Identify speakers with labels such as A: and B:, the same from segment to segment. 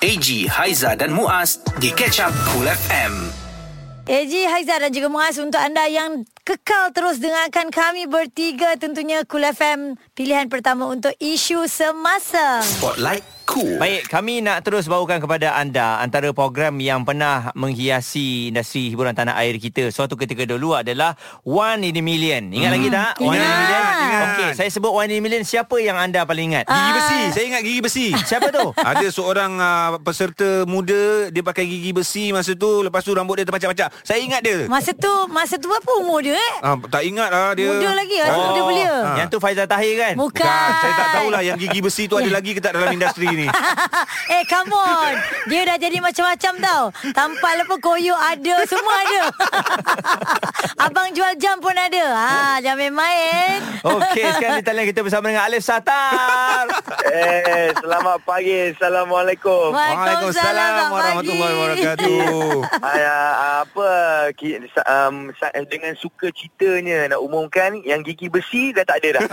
A: AG, Haiza dan Muaz di Catch Up Cool FM.
B: AJ Haizat dan juga Muaz untuk anda yang kekal terus dengarkan kami bertiga tentunya Cool FM pilihan pertama untuk isu semasa.
A: Spotlight Cool.
C: Baik, kami nak terus bawakan kepada anda antara program yang pernah menghiasi industri hiburan tanah air kita suatu ketika dulu adalah One in a Million. Ingat hmm. lagi tak? One in a
B: Ingat.
C: Million.
B: Ingat.
C: Okey, saya sebut One in a Million, siapa yang anda paling ingat?
B: Ah.
D: Gigi besi. Saya ingat gigi besi.
C: Siapa tu?
D: Ada seorang uh, peserta muda dia pakai gigi besi masa tu lepas tu rambut dia terpacak-pacak. Saya ingat dia.
B: Masa tu masa tu apa umur dia eh?
D: Ah, tak ingat lah dia.
B: Muda lagi lah, oh. muda belia.
D: Ah.
C: Yang tu Faizal Tahir kan?
B: Bukan.
D: Kan, saya tak tahulah yang gigi besi tu ada lagi ke tak dalam industri ni.
B: eh come on Dia dah jadi macam-macam tau Tampal apa koyo ada Semua ada Abang jual jam pun ada ha, Jangan main-main
C: Okey, sekarang di talian kita bersama dengan Alif Satar.
E: Eh, selamat pagi. Assalamualaikum.
B: Waalaikumsalam
D: warahmatullahi wabarakatuh.
E: Ay, ah, apa ki- sa- um, sa- dengan suka citanya nak umumkan yang gigi besi dah tak ada dah.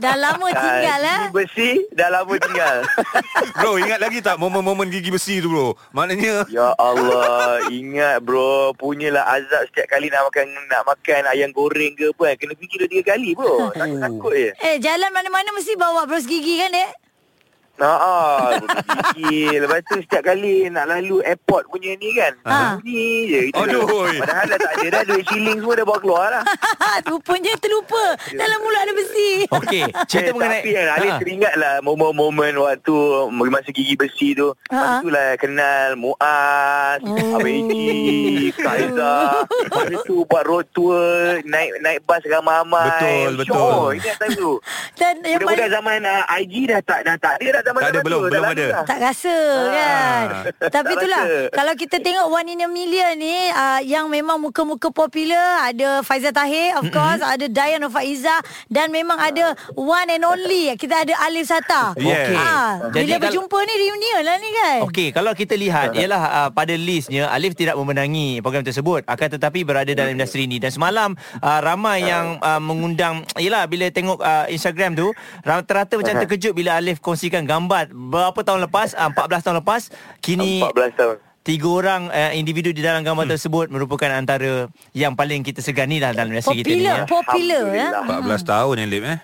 B: Dah lama tinggal
E: Ah,
B: eh.
E: Gigi besi dah lama tinggal.
D: Bro, ingat lagi tak momen-momen gigi besi tu bro? Maknanya
B: Ah.
E: ya Allah, ingat bro, punyalah azab setiap kali nak makan nak makan ayam goreng ke apa kan. Kena fikir dua tiga kali bro. Takut-takut je.
B: Eh jalan mana-mana mesti bawa berus gigi kan dek
E: Ha ah, gigi. Lepas tu setiap kali nak lalu airport punya ni kan.
B: Ha.
E: Bunyi je gitu.
D: Aduh.
E: Padahal dah tak ada dah duit shilling semua dah bawa keluar lah.
B: Ha, Rupanya terlupa Dalam mulut ada besi
C: Okey, cerita
E: eh,
C: mengenai
E: Tapi kan Alif
C: Ha.
E: teringat lah Momen-momen waktu Masa gigi besi tu
B: Ha.
E: Lepas tu lah kenal Muaz
B: Oh.
E: oh. Abang Eji Kaiza Lepas tu buat road tour Naik naik bas ramai-ramai
D: Betul, betul.
E: Syok, oh, Ingat time tu
B: Dan yang
E: Mudah-mudahan
B: paling
E: zaman uh, IG dah tak Dah tak ada dah zaman
D: Tak ada,
E: zaman
D: belum,
E: tu, dah
D: belum
E: lalu
D: ada.
E: dah.
B: tak rasa kan Tapi
E: Tak
B: itulah
E: rasa.
B: Kalau kita tengok One in a Million ni uh, Yang memang muka-muka popular Ada Faizal Tahir of course Ada Dayan Faiza Dan memang ada One and only Kita ada Alif Sata
D: Yes.
B: ha,
C: Jadi
B: Bila
C: kalau-
B: berjumpa ni reunion lah ni kan
C: Okey, kalau kita lihat ialah uh, pada listnya Alif tidak memenangi program tersebut akan tetapi berada dalam industri ini dan semalam uh, ramai yang uh, mengundang ialah bila tengok uh, Instagram tu ra- rata-rata macam terkejut bila Alif kongsikan gambar berapa tahun lepas uh, 14 tahun lepas kini
E: 14 tahun
C: tiga orang uh, individu di dalam gambar tersebut merupakan antara yang paling kita segani lah dalam industri kita ni
B: Popular
C: ya.
B: Popular ya.
E: Alhamdulillah.
D: 14 tahun yang lip eh.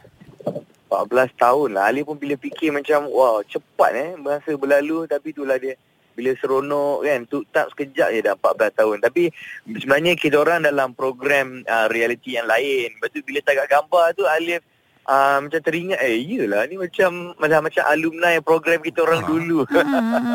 E: 14 tahun lah Ali pun bila fikir macam Wow cepat eh Masa berlalu Tapi itulah dia Bila seronok kan tu tak sekejap je dah 14 tahun Tapi sebenarnya kita orang dalam program uh, Reality yang lain Lepas tu bila tagak gambar tu Alif uh, Macam teringat Eh iyalah ni macam Macam, macam alumni program kita orang
D: Ah.
E: dulu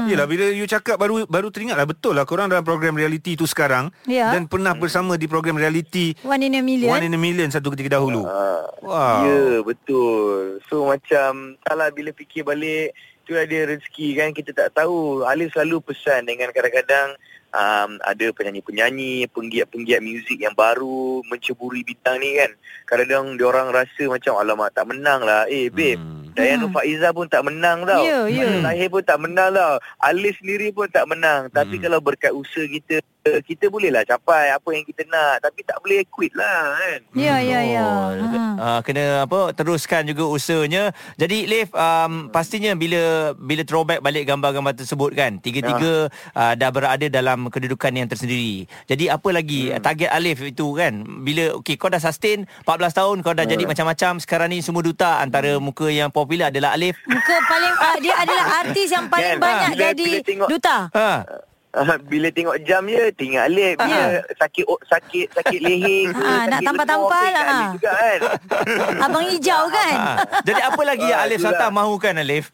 B: Hmm.
D: Yelah bila you cakap baru baru teringat lah betul lah korang dalam program reality tu sekarang
B: Ya.
D: dan pernah bersama di program reality
B: One in a Million
D: One in a Million satu ketika dahulu.
E: Ah,
D: Wow.
E: Ya betul So macam Salah bila fikir balik Tu ada rezeki kan Kita tak tahu Alif selalu pesan Dengan kadang-kadang um, Ada penyanyi-penyanyi Penggiat-penggiat muzik yang baru Menceburi bidang ni kan Kadang-kadang diorang rasa macam Alamak tak menang lah Eh babe
D: Hmm.
E: hmm. Dayan
B: Hmm.
E: hmm. Faiza pun tak menang tau
B: Ya, ya.
E: Lahir pun tak menang tau Alif sendiri pun tak menang Tapi
D: Hmm.
E: kalau berkat usaha kita Kita bolehlah capai Apa yang kita nak Tapi tak boleh quit lah kan
B: Ya ya ya
C: Betul.
B: Ha.
C: Uh, kena apa teruskan juga usahanya. Jadi Leif um, pastinya bila bila throwback balik gambar-gambar tersebut kan tiga-tiga
E: Ya.
C: uh, dah berada dalam kedudukan yang tersendiri. Jadi apa lagi hmm. target Alif itu kan bila okey kau dah sustain 14 tahun kau
E: Ya.
C: dah jadi macam-macam sekarang ni semua duta antara
E: Hmm.
C: muka yang popular adalah Alif.
B: Muka paling uh, Dia adalah artis yang paling
E: Kan,
B: banyak
E: bila-
B: jadi
E: bila tengok-
B: duta
C: Ha.
E: Ah, bila tengok jam ya, je tinggal Alif bila sakit o- sakit sakit leher ke,
B: Ah, nak
E: sakit
B: tampal-tampal,
E: lengan,
B: ah.
E: Alif juga kan
B: Abang hijau kan
C: Ha. Jadi apa lagi yang
E: Ah,
C: Alif
E: itulah.
C: Sata mahukan Alif?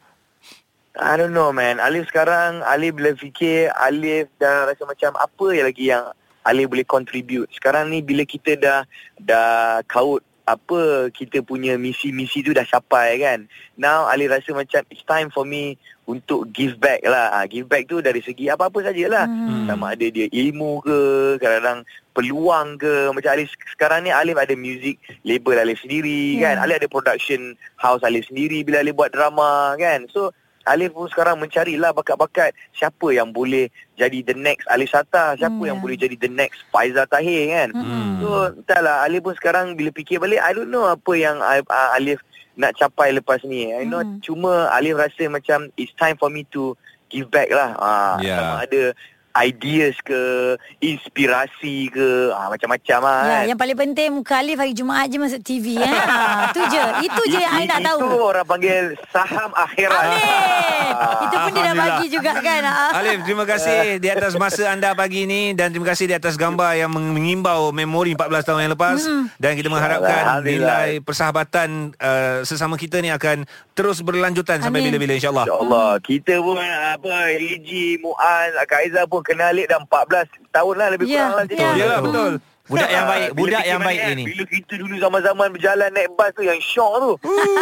E: I don't know man Alif sekarang Alif bila fikir Alif dah rasa macam apa yang lagi yang Alif boleh contribute sekarang ni bila kita dah dah kaut apa kita punya misi-misi tu dah capai kan now Alif rasa macam it's time for me untuk give back lah ha, give back tu dari segi apa-apa sajalah
B: Hmm.
E: hmm. sama ada dia ilmu ke kadang-kadang peluang ke macam Alif sekarang ni Alif ada music label Alif sendiri
B: Ya.
E: yeah. kan Alif ada production house Alif sendiri bila Alif buat drama kan so Alif pun sekarang mencarilah bakat-bakat siapa yang boleh jadi the next Alif Sata siapa
B: Hmm,
E: yeah. yang
B: ya.
E: boleh jadi the next Faizal Tahir kan
B: Hmm.
E: so entahlah Alif pun sekarang bila fikir balik I don't know apa yang I- uh, Alif nak capai lepas ni I know
B: Hmm.
E: cuma Alif rasa macam it's time for me to give back lah. Ha,
D: Ya.
E: yeah. Sama ada ideas ke, inspirasi ke, ha, macam-macam lah.
B: Ya,
E: kan.
B: yang paling penting muka Alif hari Jumaat je masuk TV eh. Ha, tu je. Itu je yang I nak
E: Itu
B: tahu.
E: orang panggil saham akhirat.
B: Alif. Itu pun dia dah
D: Alhamdulillah.
B: bagi juga kan. Ha.
D: Alif, terima kasih di atas masa anda pagi ini dan terima kasih di atas gambar yang meng- mengimbau memori 14 tahun yang lepas
B: Hmm.
D: dan kita mengharapkan
E: Alhamdulillah.
D: nilai persahabatan uh, sesama kita ni akan terus berlanjutan sampai
B: Amin.
D: bila-bila insya-Allah.
E: InsyaAllah Kita pun apa AG, Muaz, Kak Aizah pun kenal Lik dah 14 tahun lah Lebih
B: Ya,
E: kurang lah
B: ya. Yalah,
D: betul.
C: Budak yang
E: Ah,
C: baik,
E: bila
C: budak
E: fikir
C: yang baik
E: balik kan,
C: ini.
E: Bila kita dulu zaman-zaman berjalan naik bas tu Yang syok tu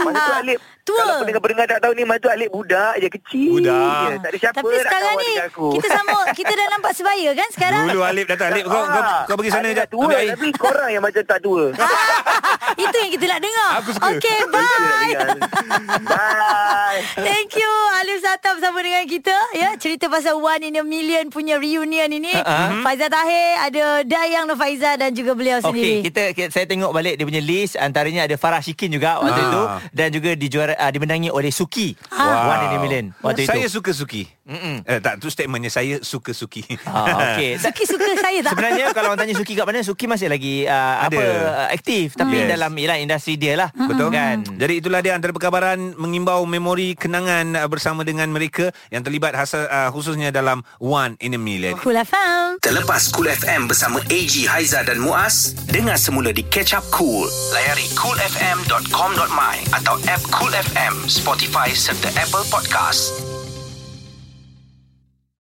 E: Masa tu Alip
B: Tua.
E: Kalau pendengar-pendengar tak tahu ni Masa tu Alip budak je Kecil
D: Budak.
E: je Tak ada siapa
B: Ah. Tapi
E: nak
B: sekarang
E: kawan
B: ni
E: dengan aku
B: kita sama kita dah nampak sebaya kan sekarang?
D: Dulu Alif datang Alif kau kau, kau pergi sana
E: Alip
D: jap.
E: Ah, dah tua
D: Ambil air.
E: Tapi korang yang macam tak tua
B: Itu yang kita nak dengar.
D: Aku suka.
B: Okay, bye.
E: Bye
B: Thank you Alif Satam bersama dengan kita ya cerita pasal One in a Million punya reunion ini. Uh-huh. Faizal Tahir, ada Dayang Nur Faiza dan juga beliau sendiri.
C: Okey, kita, kita saya tengok balik dia punya list antaranya ada Farah Shikin juga waktu
D: Ah.
C: itu dan juga dijuara uh, dimenangi oleh Suki.
B: Ah.
D: Wow.
C: One in a million waktu
D: saya
C: itu.
D: suka Suki.
C: Mm-mm.
D: Eh, tak, tu statementnya saya suka Suki.
C: Ah, okey. Tak-
B: Suka-suka saya tak?
C: Sebenarnya kalau orang tanya Suki kat mana Suki masih lagi uh,
D: Ada.
C: apa uh, aktif tapi
D: Yes.
C: dalam ialah industri dia lah
D: Betul
C: kan
D: kan? Jadi itulah dia antara perkabaran mengimbau memori kenangan uh, bersama dengan mereka yang terlibat hasa, uh, khususnya dalam One in a Million.
B: Cool FM.
A: Terlepas Cool FM bersama AG, Haiza dan Muaz, dengar semula di Catch Up Cool. Layari coolfm.com.my atau app Cool FM, Spotify serta Apple Podcast.